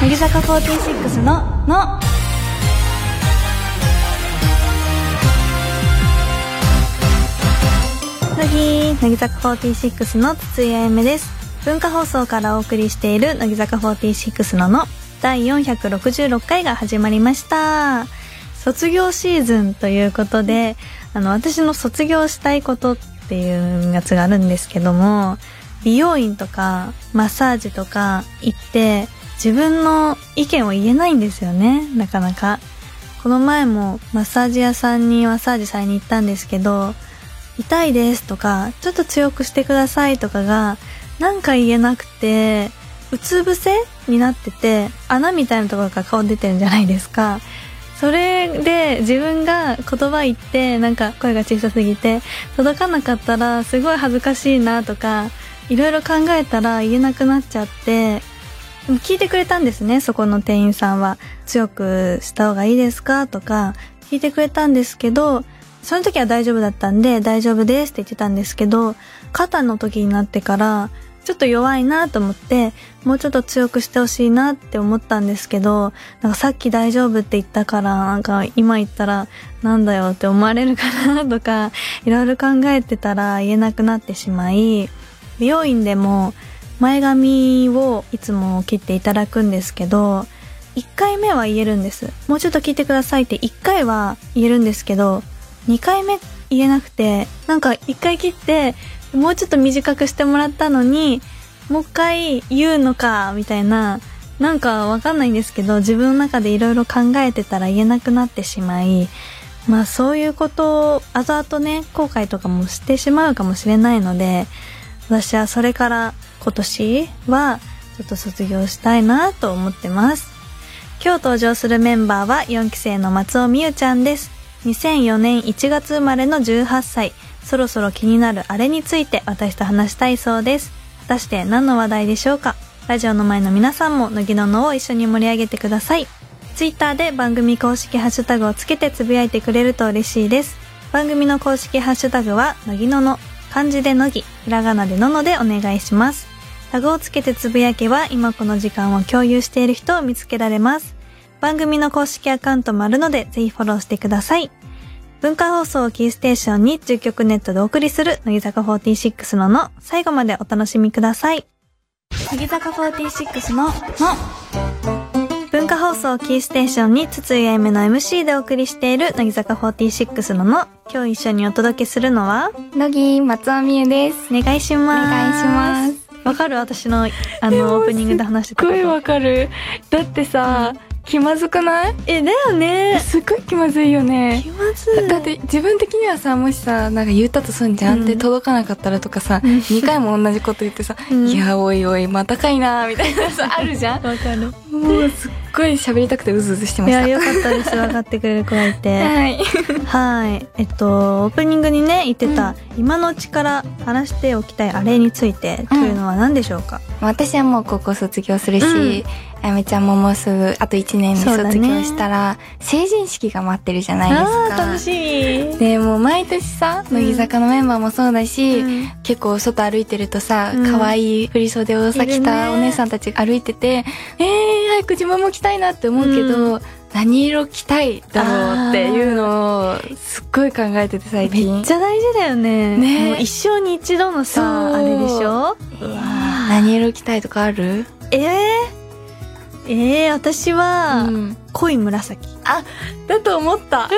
木坂46の「の」乃木乃木坂46の筒井あやめです文化放送からお送りしている乃木坂46のの第466回が始まりました卒業シーズンということであの私の卒業したいことっていうやつがあるんですけども美容院とかマッサージとか行って自分の意見を言えないんですよねなかなかこの前もマッサージ屋さんにマッサージされに行ったんですけど痛いですとかちょっと強くしてくださいとかがなんか言えなくてうつ伏せになってて穴みたいなところから顔出てるんじゃないですかそれで自分が言葉言ってなんか声が小さすぎて届かなかったらすごい恥ずかしいなとかいろいろ考えたら言えなくなっちゃってでも聞いてくれたんですね、そこの店員さんは。強くした方がいいですかとか、聞いてくれたんですけど、その時は大丈夫だったんで、大丈夫ですって言ってたんですけど、肩の時になってから、ちょっと弱いなと思って、もうちょっと強くしてほしいなって思ったんですけど、なんかさっき大丈夫って言ったから、なんか今言ったらなんだよって思われるかなとか、いろいろ考えてたら言えなくなってしまい、美容院でも前髪をいつも切っていただくんですけど1回目は言えるんですもうちょっと切ってくださいって1回は言えるんですけど2回目言えなくてなんか1回切ってもうちょっと短くしてもらったのにもう一回言うのかみたいななんかわかんないんですけど自分の中でいろいろ考えてたら言えなくなってしまいまあそういうことを後々ね後悔とかもしてしまうかもしれないので私はそれから今年はちょっと卒業したいなと思ってます今日登場するメンバーは4期生の松尾美優ちゃんです2004年1月生まれの18歳そろそろ気になるあれについて私と話したいそうです果たして何の話題でしょうかラジオの前の皆さんも乃木ののを一緒に盛り上げてくださいツイッターで番組公式ハッシュタグをつけてつぶやいてくれると嬉しいです。番組の公式ハッシュタグは、のぎのの、漢字でのぎ、ひらがなでののでお願いします。タグをつけてつぶやけば、今この時間を共有している人を見つけられます。番組の公式アカウントもあるので、ぜひフォローしてください。文化放送をキーステーションに10曲ネットでお送りする、乃木坂46のの、最後までお楽しみください。乃木坂46のの、文化放送キーステーションに筒井あゆめの MC でお送りしている乃木坂46のの今日一緒にお届けするのは乃木松尾美優です。お願いしおます願いします。わかる私のあのオープニングで話してたすこっごいとわかる。だってさ、気まずくないえだよねすっごい気まずいよね。気まずいだって自分的にはさ、もしさ、なんか言ったとすんじゃん、うんで届かなかったらとかさ、うん2回も同じこと言ってさ、うんいや、おいおい、またかいなみたいな さ、あるじゃん。わかるもうすっごい喋りたくてうずうずしてまいした。やよかったです分かってくれる子がい てはい。はいえっとオープニングにね言ってた、今のうちから話しておきたいあれについてというのは何でしょうか、私はもう高校卒業するし、うんあやめちゃんももうすぐ、あと1年でそうだね卒業したら、成人式が待ってるじゃないですあか。ー楽しい、でもう毎年さうん乃木坂のメンバーもそうだし、うん結構外歩いてるとさうん可愛、い振り袖をさいるね着たお姉さんたちが歩いてて、えー、早く自分も着たいなって思うけど、何色着たいだろうっていうのをすっごい考えてて最近めっちゃ大事だよねねもう一生に一度のそさうあれでしょ何色着たいとかある、えー、えー、私は、うん濃い紫だと思った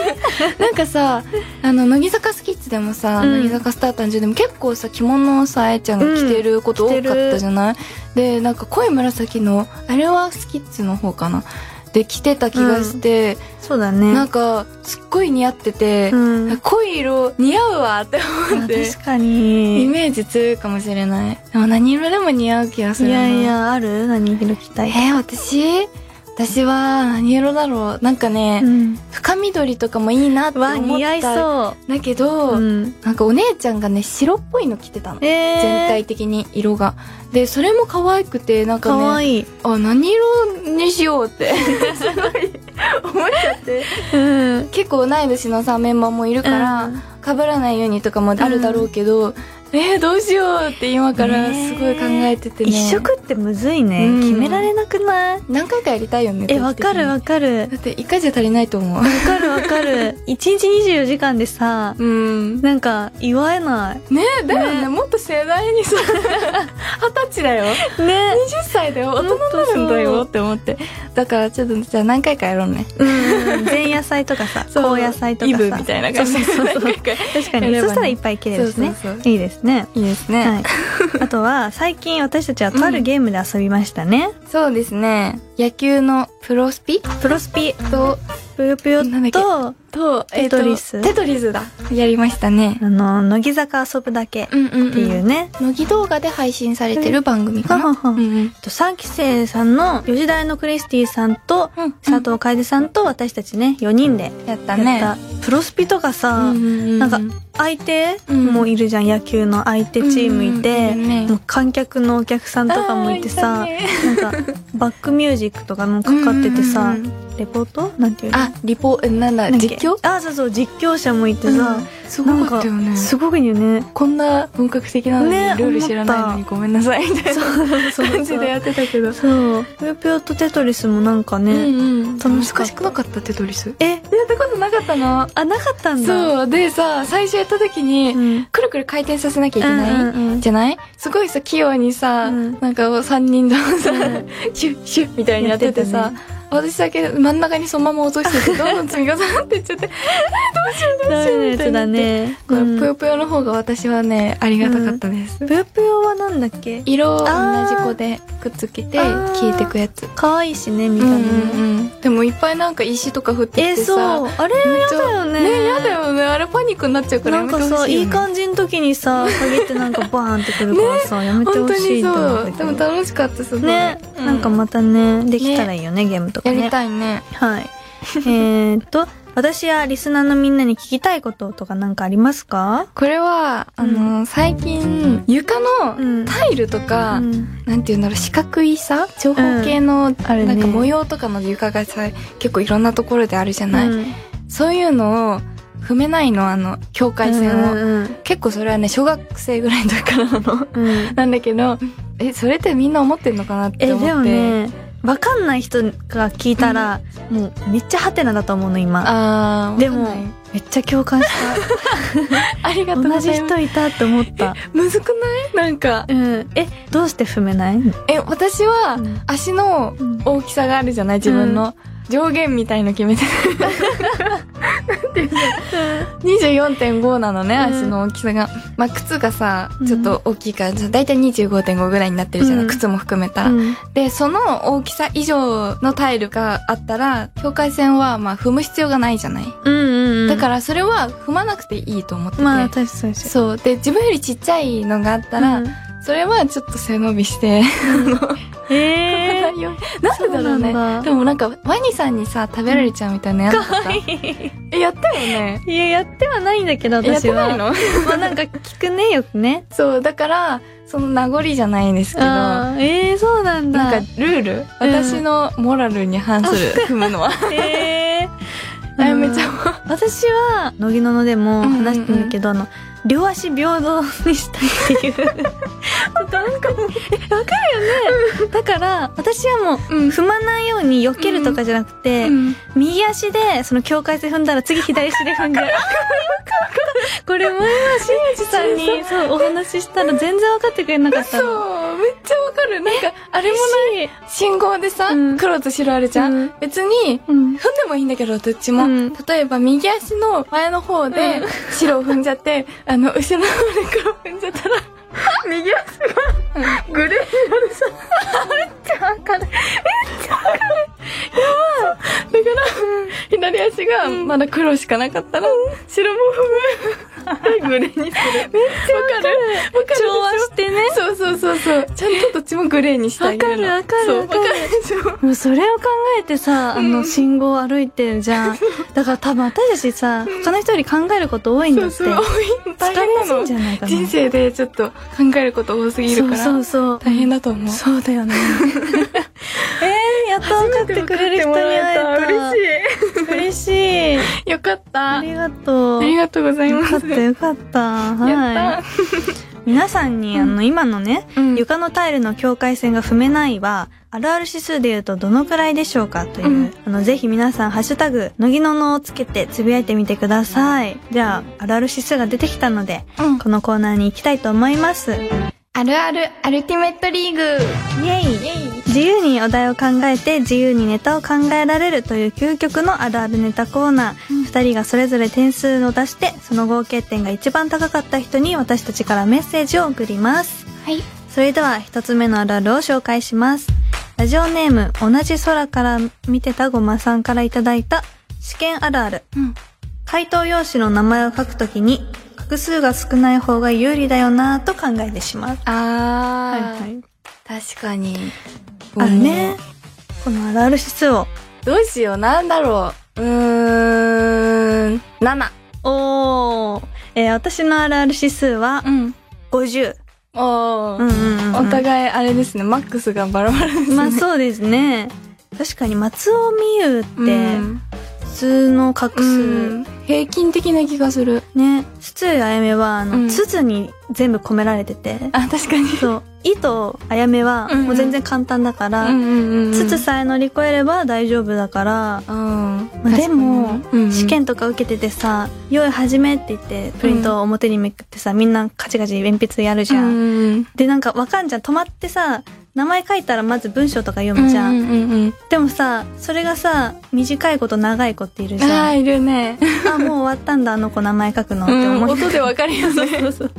なんかさあの乃木坂スキッズでもさ、うん乃木坂スター誕生でも結構さ着物をさあやちゃんが着てること多かったじゃない、でなんか濃い紫のあれはスキッズの方かなで着てた気がして、そうだねなんかすっごい似合っててう、ん、あ濃い色似合うわって思って確かイにメージ強いかもしれないでも何色でも似合う気がすいるなやいやある何色着たい、えー、私私は何色だろうなんかね、うん、深緑とかもいいなって思っわた似合いそうだけど、うん、なんかお姉ちゃんがね白っぽいの着てたの、えー、全体的に色がでそれも可愛くてなんかねかわいい、あ何色にしようって すごい思っちゃってうん、結構同い年のさメンバーもいるから、うん被らないようにとかもあるだろうけど、えー、どうしようって今からすごい考えててね一色ってむずいね、うん決められなくない何回かやりたいよねえわかるわわかるだって一回じゃ足りないと思うわかるわかる 一日24時間でさうんなんか祝えないねだよねねもっと世代にさ 二十歳だよね20歳だよ大人になるんだよって思ってだからちょっとじゃあ何回かやろうねうん前夜祭とかさそう後夜祭とかイさブみたいな感じでそうそうそ何う回か確かやればに、ねそしたらいっぱい切れるしねそうそういいですねいいですね、 はいあとは最近私たちはとあるゲームで遊びましたね、そうですね野球のプロスピプロスピとぷよぷよなんだっけととテトリスえーとテトリスだやりましたねあの乃木坂遊ぶだけっうんうん、うん、ていうね、乃木動画で配信されてる番組かははな。はうんうんあと3期生さんの吉田屋のクリスティさんとうん佐藤楓さんと私たちね4人でやったやね。った、プロスピとかさ、ななんか相手うんもいるじゃん、野球の相手チームいて、もう観客のお客さんとかもいてさ、なんかバックミュージックとかもかかっててさ、レポートなんていうのあリポえなんだなんだっけ実況あそうそう実況者もいてさ、すなごんかかったよね。すごいよねこんな本格的なのにねルール知らないの思にごめんなさいみたいなそう感じでやってたけど。そうぷよぷよとテトリスもなんかね、うん楽しかっ難たしくなかったテトリス。やえったことなかったの。あなかったんだう、そうでさ最初やった時にん、くるくる回転させなきゃいけない。うんうんうんじゃないすごいさ器用にさ、うんなんか3人ともさ、うんシュッシュッみたいにやっててさやって私だけ真ん中にそのまま落としててどんどん積み重なっていっちゃってダメなやつだねこれうんぷよぷよの方が私はねありがたかったです、ぷよぷよはなんだっけ色を同あーじ子でくっつけてあー消えてくやつ可愛いしねみ見たた目いも、な、でもいっぱいなんか石とか降ってえきてさ、そうあれめっやちゃだよねねやだよねあれパニックになっちゃうからやなんめてほかしいよ、ね、さいい感じの時にさ鍵ってなんかバーンってくるから さ、やめて本ほ当しいにと思そっうたでけもど楽しかったすごいね、うなんかまたねできたらいいよねゲームとかやねりたいねはいえーっと私やリスナーのみんなに聞きたいこととかなんかありますかこれはあの、最近床のんタイルとか、うんなんていうんだろう四角いさ長方形の、あるねなんか模様とかの床がさ結構いろんなところであるじゃない、うんそういうのを踏めないのあの境界線を、うん結構それはね小学生ぐらいの時からなの うんうんなんだけどえそれってみんな思ってんのかなってえで思ってもねわかんない人が聞いたら、もうめっちゃハテナだと思うの今あーでもわかんないめっちゃ共感し ありがたとうござ同じいます人いたって思った、むずくないなんかうん、えどうして踏めない、え私は、うん足のうん大きさがあるじゃない自分の、上限みたいの決め て24.5なのね、うん足の大きさが。まあ、靴がさう、んちょっと大きいから、だいたい25.5ぐらいになってるじゃない、うん靴も含めたら、うんで、その大きさ以上のタイルがあったら、境界線はまあ踏む必要がないじゃない。うんうんうん、だからそれは踏まなくていいと思ってて。まあ確かにそうそう。で、自分よりちっちゃいのがあっただら、それはちょっと背伸びして、なえー、んでだろうそうなねんだでもなんかワニさんにさ食べられちゃうみたいなやつだった えやったよね いややってはないんだけどえやっ私てはないのまあなんか聞くねよくねそうだからその名残じゃないんですけどなあーえー、そうなんんだかルール、私のモラルに反する踏む のはえー、あやめちゃんんは私は乃木ののでも話してんだけど、あの両足平等にしたい っていうなんかもうえわかるよねだから私はもううん踏まないように避けるとかじゃなくて、うん右足でその境界線踏んだら次左足で踏ん でこれ前は新内さんにそうお話ししたら全然分かってくれなかったのそうめっちゃわかるなんかあれも嬉しな信号でさ、うん黒と白あるじゃん、うん別にい、う踏んんでもいいんだけど、どっちも。うん例えば、右足の前の方でうん、白を踏んじゃって、あの、後ろの方で黒を踏んじゃったら、 右足が、グレーになるさ。めっちゃわかる。めっちゃわかる。やばい。だから、左足がまだ黒しかなかったら、白も踏む。で、グレーにする。めっちゃわかる。わかるでしょ調和してねそうそうそうそう。ちゃんとどっちもグレーにしたいの。わかるわかるそうわわかかるるでしょ。もうそれを考えてさ、あうのん信号を歩いてるじゃん。だから多分私たちさ、他の人より考えること多いんだそっうそて。う、多い大疲れ変やなすいんじの。ゃないかな。人生でちょっと考えること多すぎるから、そうそうそう。大変だと思う。そうだよね。えー、やっと分かってくれる人に会えい。た。嬉しい。嬉しい。よかった。あありがとう。りがとうございよまかっす。たよかった。やっはた。い。皆さんに、あの、今のね、うん床のタイルの境界線が踏めないは、あるある指数で言うとどのくらいでしょうかという、うんあの、ぜひ皆さん、ハッシュタグ、のぎののをつけてつぶやいてみてください。じゃあ、あるある指数が出てきたので、うんこのコーナーに行きたいと思います。イェあるあるアルティメットリーグイ自由にお題を考えて自由にネタを考えられるという究極のあるあるネタコーナうー、ん2人がそれぞれ点数を出してその合計点が一番高かった人に私たちからメッセージを送りますはいそれでは1つ目のあるあるを紹介しますラジオネーム同じ空から見てたごまさんからいただいた試験あるあるうん回答用紙の名前を書くときに画数が少ない方が有利だよなぁと考えてしまうあはいー、はい確かにあるねこのあるある指数をどうしようなんだろううーん7おー、えー私のあるある指数はうん50。おー、うんうんうん、うん。お互いあれですねマックスがバラバラですねまあそうですね。確かに松尾美優ってうん普通の画数、うん平均的な気がするね、筒井あやめはあの、うん筒に全部込められてて、あ確かにそう、いとあやめはうんうんもう全然簡単だから、うんうんうん筒さえ乗り越えれば大丈夫だから、うん、ままあでも、試試験験とか受けててさ、用意始めって言って、プリントを表にめくってさ、みんなカチカチ鉛筆やるじゃんんでなんかわかんじゃん止まってさ名前書いたらまず文章とか読むじゃん、うんうんうんでもさそれがさ短い子と長い子っているじあゃんあいるねあもう終わったんだあの子名前書くのってうん思って、音でわかるよねそうそう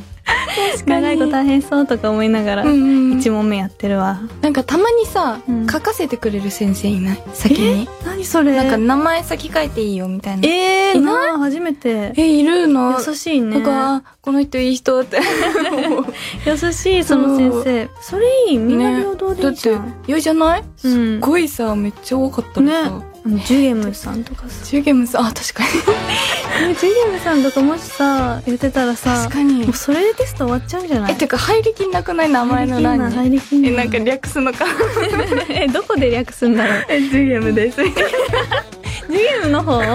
長い子大変そうとか思いながら、うんうん一問目やってるわなんかたまにさ、うん書かせてくれる先生いない先に、何それなんか名前先書いていいよみたいなえー、いなあ初めてえいるの優しいなねんかあこの人いい人って優しいその先生それいいみんな平等でだいいっじてゃん、嫌じゃない、うんすっごいさめっちゃ多かったのさ、ねあのジュゲムさんとかさジュゲムさんあ確かにねジュゲムさんとかもしさ言ってたらさ確かにもうそれでテスト終わっちゃうんじゃないえてか入りきんなくない名前の欄に入りきんなえいなんか略すのか えどこで略すんだろう えジュゲム ですジュゲム の方ど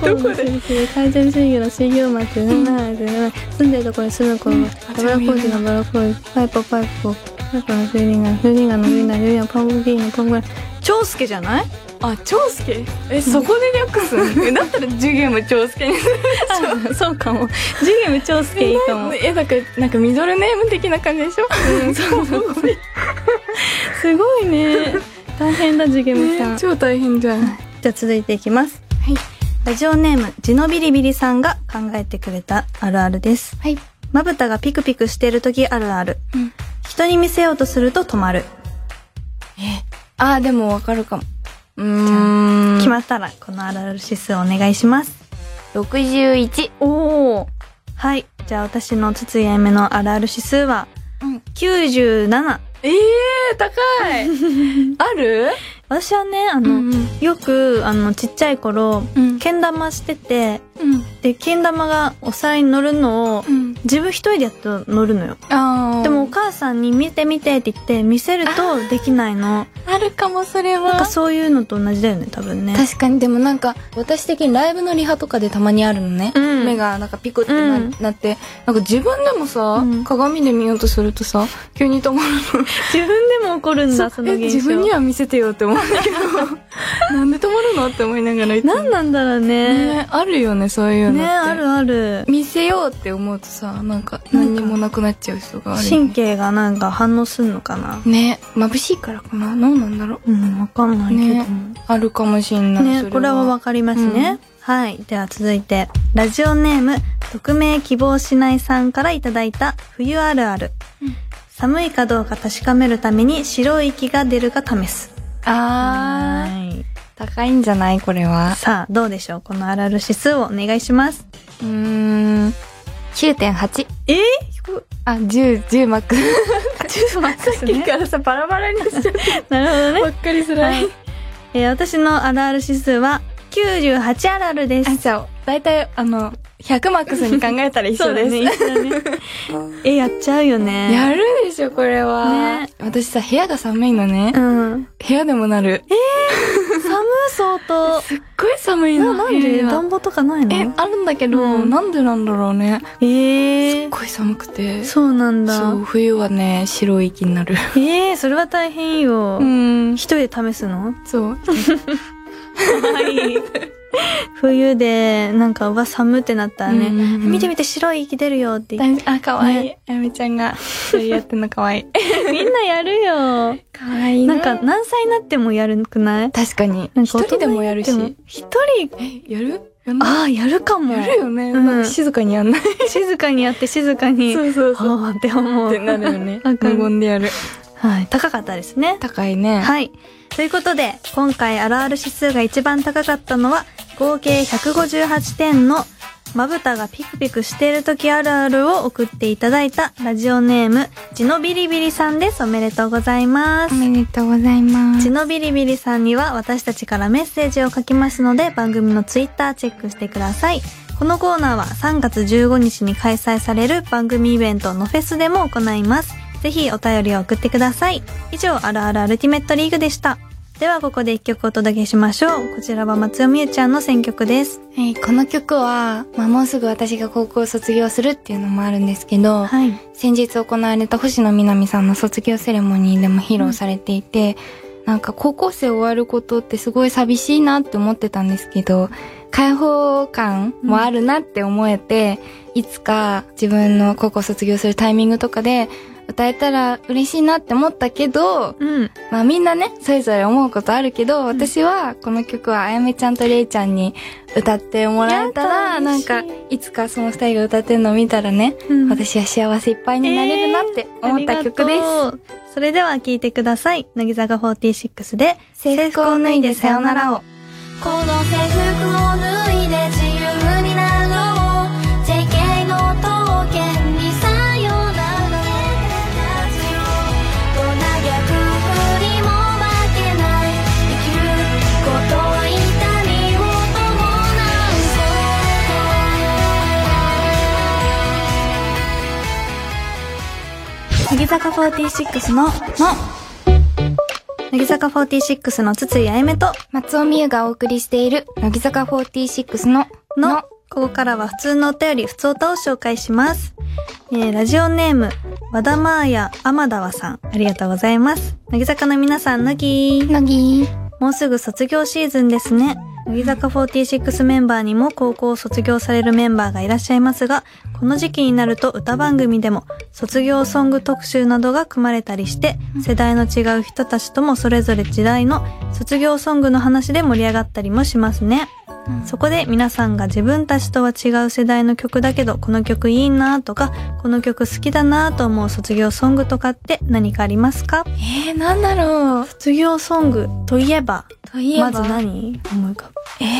こどこで会長水魚の水魚町77住んでるところに住む子はバラ工事のバラ工事パイプパイプパイプのフーリンガーフーリンガーのフーリンガーフーリンガーパンプキーのパンプキー長介じ ゃないあ長介えそこで略すんえだったらジュゲム長介にする そうかもジュゲム長介いいかもえだからなんかミドルネーム的な感じでしょ、うん、そうすごい ね大変だジュゲムさん超大変じゃんはじゃあ続いていきますいラジオネームジノビリビリさんが考えてくれたあるあるですはいまぶたがピクピクしてる時あるある。うん人に見せようとすると止まる。あーでもわかるかもうーん決まったら、このあるある指数お願いします。 61おお。はい。じゃあ私のつつやめのあるある指数は、うん97。えー、高 いある私はね、あの、うんよく、あの、ちっちゃい頃、うんけん玉してて、うんで、けん玉がお皿に乗るのを、うん自分一人でやっと乗るのよ。あーでもお母さんに見て見てって言って見せるとできないの。あるかもそれなんはかそういうのと同じだよね、多分ね。確かにでもなんか私的にライブのリハとかでたまにあるのね、うん目がなんかピクってな,、うんなってなんか自分でもさ、うん鏡で見ようとするとさ急に止まるの自分でも怒るんだそ のえ現象自分には見せてよって思うんだけど なんで止まるのって思いながらいつも何なんだろうねねあるよねそういうのっねてあるある見せようって思うとさなんか何にもなくなっちゃう人があるよ神経がなんか反応すんのかなね眩しいからかなどうなんだろううんわかんないけどもあるかもしんないねそこれはわかりますね、うんはいでは続いてラジオネーム匿名希望しないさんからいただいた冬あるある、うん寒いかどうか確かめるために白い息が出るか試すあーはい高いんじゃないこれはさあどうでしょうこのあるある指数をお願いしますうーん9.8えー、あ1010マックスちょっと待ってねらさバラバラにしちゃっ なるほどねたっかりすはい。えー私のあるある指数は98あるあるですあ。じゃあ大体あの100マックスに考えたら一緒 です、そうだね。一緒だねえ、やっちゃうよね。やるでしょこれは、ね私さ部屋が寒いのね、うん。部屋でもなる寒寒相当すっごい寒いなの。なん部で屋が暖房とかないえの、あるんだけど、うんなんでなんだろうね。えすっー、ごい寒くて。そうなんだそう、冬はね、白い息になる。えー、それは大変よ、うん。一人で試すのそう。冬でなんかうわ寒ってなったらね、うん見て見て白い息出るよって言っ大あ、かわいい。あやめちゃんが、それやってんのかわいい。て みんなやるよかわいなんか、何歳になってもやるくない確かに。なん一か大人人でもやるになっ。しても一人え、やるやんないああやるかもやるよね。うんなんか静かにやんない。静かにやって静かにうそうあ。あって 思っうてなるよね。わかる無言でやる。はい高かったですね高いね。はい。ということで、今回あるある指数が一番高かったのは、合計158点の、まぶたがピクピクしている時あるあるを送っていただいた、ラジオネーム、ジノビリビリさんです。おめでとうございます。でとうございまジ。ノビリビリさんには私たちからメッセージを書きますので番組のツイッターチェックしてください。このコーナーは3月15日に開催される番組イベントのフェスでも行います。ぜひお便りを送ってください。以上、あるあるアルティメットリーグでした。ではここで一曲お届けしましょう。こちらは松尾美優ちゃんの選曲です。はい、この曲は、まあ、もうすぐ私が高校を卒業するっていうのもあるんですけど、はい。先日行われた星野みなみさんの卒業セレモニーでも披露されていて、なんか高校生終わることってすごい寂しいなって思ってたんですけど、解放感もあるなって思えて、いつか自分の高校卒業するタイミングとかで歌えたら嬉しいなって思ったけど、うん。まあみんなね、それぞれ思うことあるけど、私はこの曲はあやめちゃんとれいちゃんに歌ってもらえたやら、ったな嬉んしいかいつかその二人が歌ってるのを見たらね、うん私は幸せいっぱいになれるなって思った曲です。す。それでは聴いてください。乃木坂46で、制服を脱いでさよならを。この制服を脱いで自由になろう JK の刀剣にさよならどんな逆風にも負けない生きること痛みを乃木坂46の、の、乃木坂46の筒井あやめと、松尾美優がお送りしている、乃木坂46の、の、ここからは普通のお便り、普通歌を紹介します。えー、ラジオネーム、和田まーや天田和さん、ありがとうございます。乃木坂の皆さん、乃木乃木。もうすぐ卒業シーズンですね。乃木坂46メンバーにも高校を卒業されるメンバーがいらっしゃいますが、この時期になると歌番組でも卒業ソング特集などが組まれたりして、世代の違う人たちともそれぞれ時代の卒業ソングの話で盛り上がったりもしますね。そこで皆さんが自分たちとは違う世代の曲だけど、この曲いいなとか、この曲好きだなと思う卒業ソングとかって何かありますかえー、なんだろう。卒業ソングといえば、といえば、まず何思い浮かぶえー、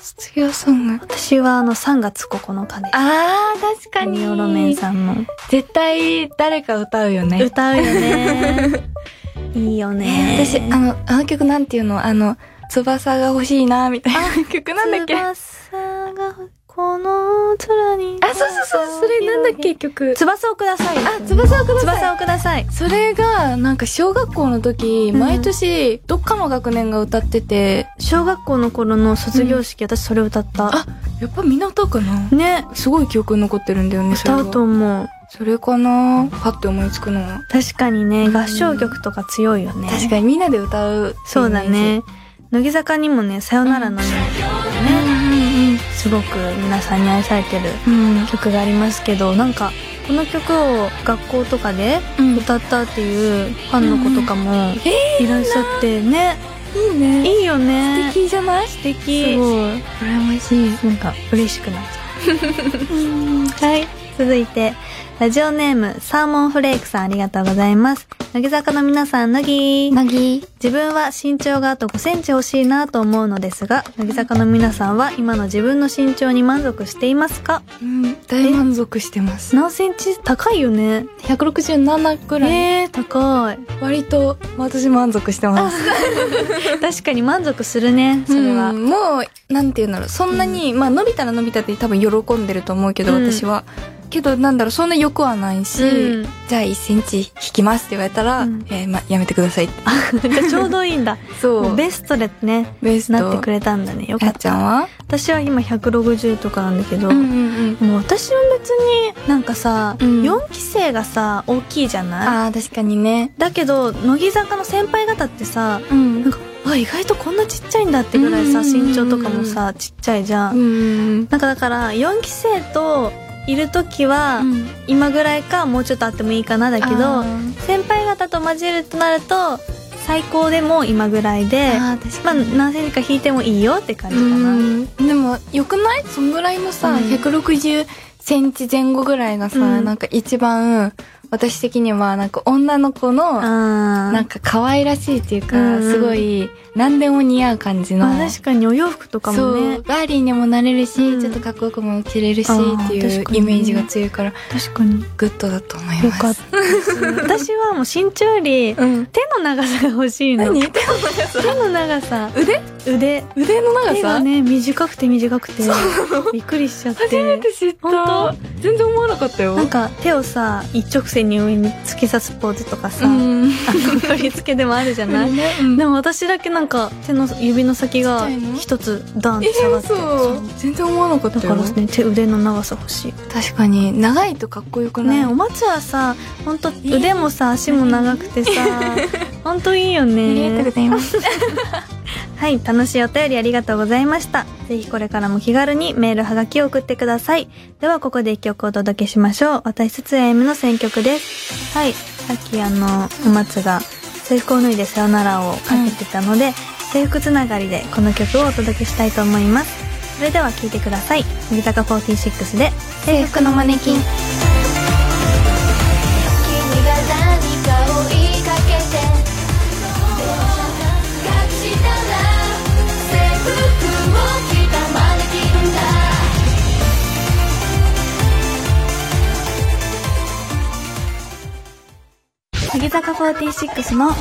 卒業ソング。私はあの3月9日です。あー、確かニオロメンさんの。絶対誰か 歌うよね。歌うよね。 いいよね。私、あの、あの曲なんていうのあの、翼が欲しいな、みたいな曲なんだっけあ、翼がこの空に。そうそうそう、それなんだっけ曲。翼をください。あ、翼をください。翼をください。それが、なんか小学校の時、うん毎年、どっかの学年が歌ってて、小学校の頃の卒業式、私それ歌った。あやっぱみんな歌うかなね。すごい記憶に残ってるんだよね、それ歌はうと思う。それかなパッて思いつくのは。確かにね、うん合唱曲とか強いよね。確かにみんなで歌う。そうだね。乃木坂にもね、さよならのね、うんすごく皆さんに愛されてるうんうん。曲がありますけどなんかこの曲を学校とかでうん。歌ったっていうファンの子とかもいらっしゃってね、いいね。いいよね素敵じゃない素敵すごい。羨ましい。なんか嬉しくなっ ちゃうはい続いてラジオネームサーモンフレークさんありがとうございます乃木坂の皆さん乃木なぎ。自分は身長があと5センチ欲しいなと思うのですが乃木坂の皆さんは今の自分の身長に満足していますかうん、大満足してます。何センチ高いよね167くらい。えー、 高い割と、私満足してます。確かに満足するねそれは、うんもう、なんていうんだろう。そんなに、まあ、伸びたら伸びたって多分喜んでると思うけど、うん私は。けどなんだろうそんなよくはないし、うんじゃあ1センチ引きますって言われたら、うんえーま、やめてくださいってじゃあちょうどいいんだ。 そもうベベストでね、ースなってくれれたんだね。よかやっっちゃた。んは私は今160とかなんだけど、うんうんもう私は別になんかさ、うん4期生がさ、大きいじゃないああ確かにねだけど、乃木坂の先輩方ってさ、うんなんか、あ、意外とこんなちっちゃいんだってぐらいさ、うんうんうんうん身長とかもさ、ちっちゃいじゃん。うんなんかだから、4期生といるときは、今ぐらいか、もうちょっとあってもいいかなだけど、先輩方と交えるとなると、最高でも今ぐらいで、あー確まかあに、何センチか引いてもいいよって感じかな。うんでもよくないそんぐらいのさ、うん160センチ前後ぐらいがさ、うんなんか一番私的にはなんか女の子のあなんか可愛らしいっていうか、うんうんすごい何でも似合う感じの、まあ確かにお洋服とかもそうねガーリーにもなれるし、うんちょっとかっこよくも着れるしあーっていう確かにねイメージが強いから確かにグッドだと思いよますかったですね私はもう身長より手うんの長さが欲しいの 何手手の長さの長さ腕腕腕の長手がさ、ね短くて短くてびっくりしちゃって初めて知っ本た全然思わなかったよなんか手をさ一直線に上に突き刺すポーズとかさ、う あんの振り付けでもあるじゃないねうんでも私だけなんか手の指の先がちっちゃいの一つダンっえて下がって、そう全然思わなかっそうただかよらね手腕の長さ欲しい確かに長いとかっこよくないねお松はさ本当腕もさ足も長く てさ本当いいよありがとうごねざいます はい楽しいお便りありがとうございましたぜひこれからも気軽にメールはがきを送ってくださいではここで一曲お届けしましょう私つつや M の選曲ですはいさっきあのお松が制服を脱いでさよならをかけてたので、制服つながりでこの曲をお届けしたいと思いますそれでは聴いてください乃木坂46で制服のマネキン君が何かを言いかけて電車がしたら制服を着たマネキンだ乃木坂46の「の」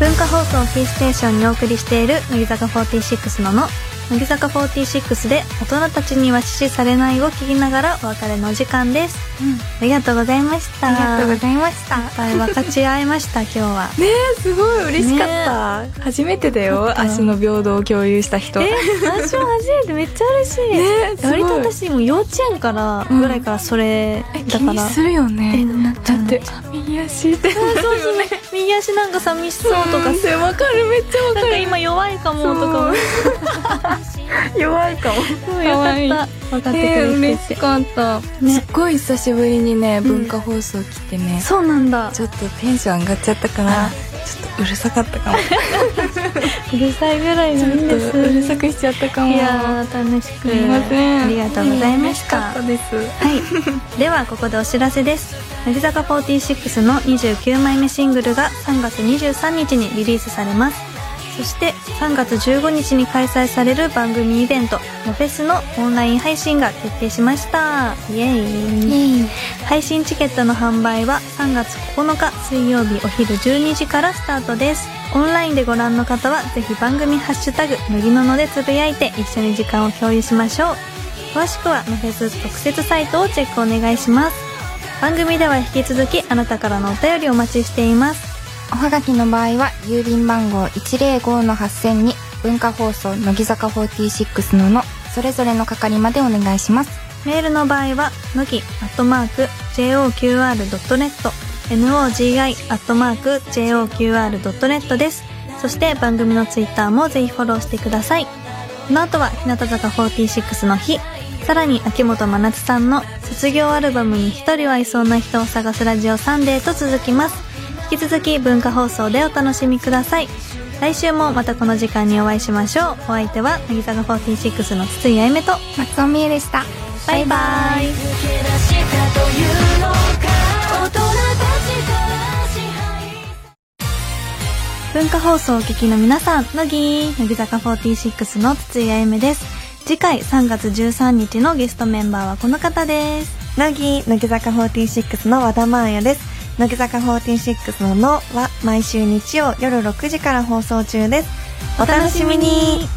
文化放送をキーステーションにお送りしている乃木坂46の「の」乃木坂46で大人たちには支持されないを聞きながらお別れのお時間ですありがとうございましたありがとうございましたいっぱい分かち合えました今日はねえすごい嬉しかった、初めてだよ足の平等を共有した人ね私も初めてめっちゃ嬉しいえすごい割と私も幼稚園からぐらいからそれえだ気かにら、するよねなっだってあ右足ってそうそうね右足なんか寂しそうそうととかかさせわかるめっちゃわかなんかる今弱いかもとかも弱いかもそうよかった分かねえってくれ嬉て、してかった、ねすっごい久しぶりにねん文化放送来てね、そうなんだちょっとテンション上がっちゃったからあちょっとうるさかったかもちうるさいぐらいなんょっですとうるさくしちゃったかもいやー楽しすくみませんありがとうございましうん嬉したかったですはい、ではここでお知らせです乃木坂46の29枚目シングルが3月23日にリリースされますそして3月15日に開催される番組イベント「のフェス」のオンライン配信が決定しましたイエイ配信チケットの販売は3月9日水曜日お昼12時からスタートですオンラインでご覧の方はぜひ番組ハッシュタグ「麦のの」でつぶやいて一緒に時間を共有しましょう詳しくはのフェス特設サイトをチェックお願いします番組では引き続きあなたからのお便りお待ちしていますおはがきの場合は郵便番号105-8000に文化放送乃木坂46ののそれぞれの係までお願いしますメールの場合はのぎアットマーク JOQR.net nogi アットマーク JOQR.net ですそして番組のツイッターもぜひフォローしてくださいこの後は日向坂46の日さらに秋元真夏さんの卒業アルバムに一人はいそうな人を探すラジオサンデーと続きます引き続き文化放送でお楽しみください来週もまたこの時間にお会いしましょうお相手は乃木坂46の筒井あゆめと松尾美恵でしたバイバイ抜け出したというのか大人たちから支配文化放送をお聞きの皆さん、乃木乃木坂46の筒井あゆめです。次回3月13日のゲストメンバーはこの方です。乃木乃木坂46の和田真彩です乃木坂46の「の」は毎週日曜夜6時から放送中ですお楽しみに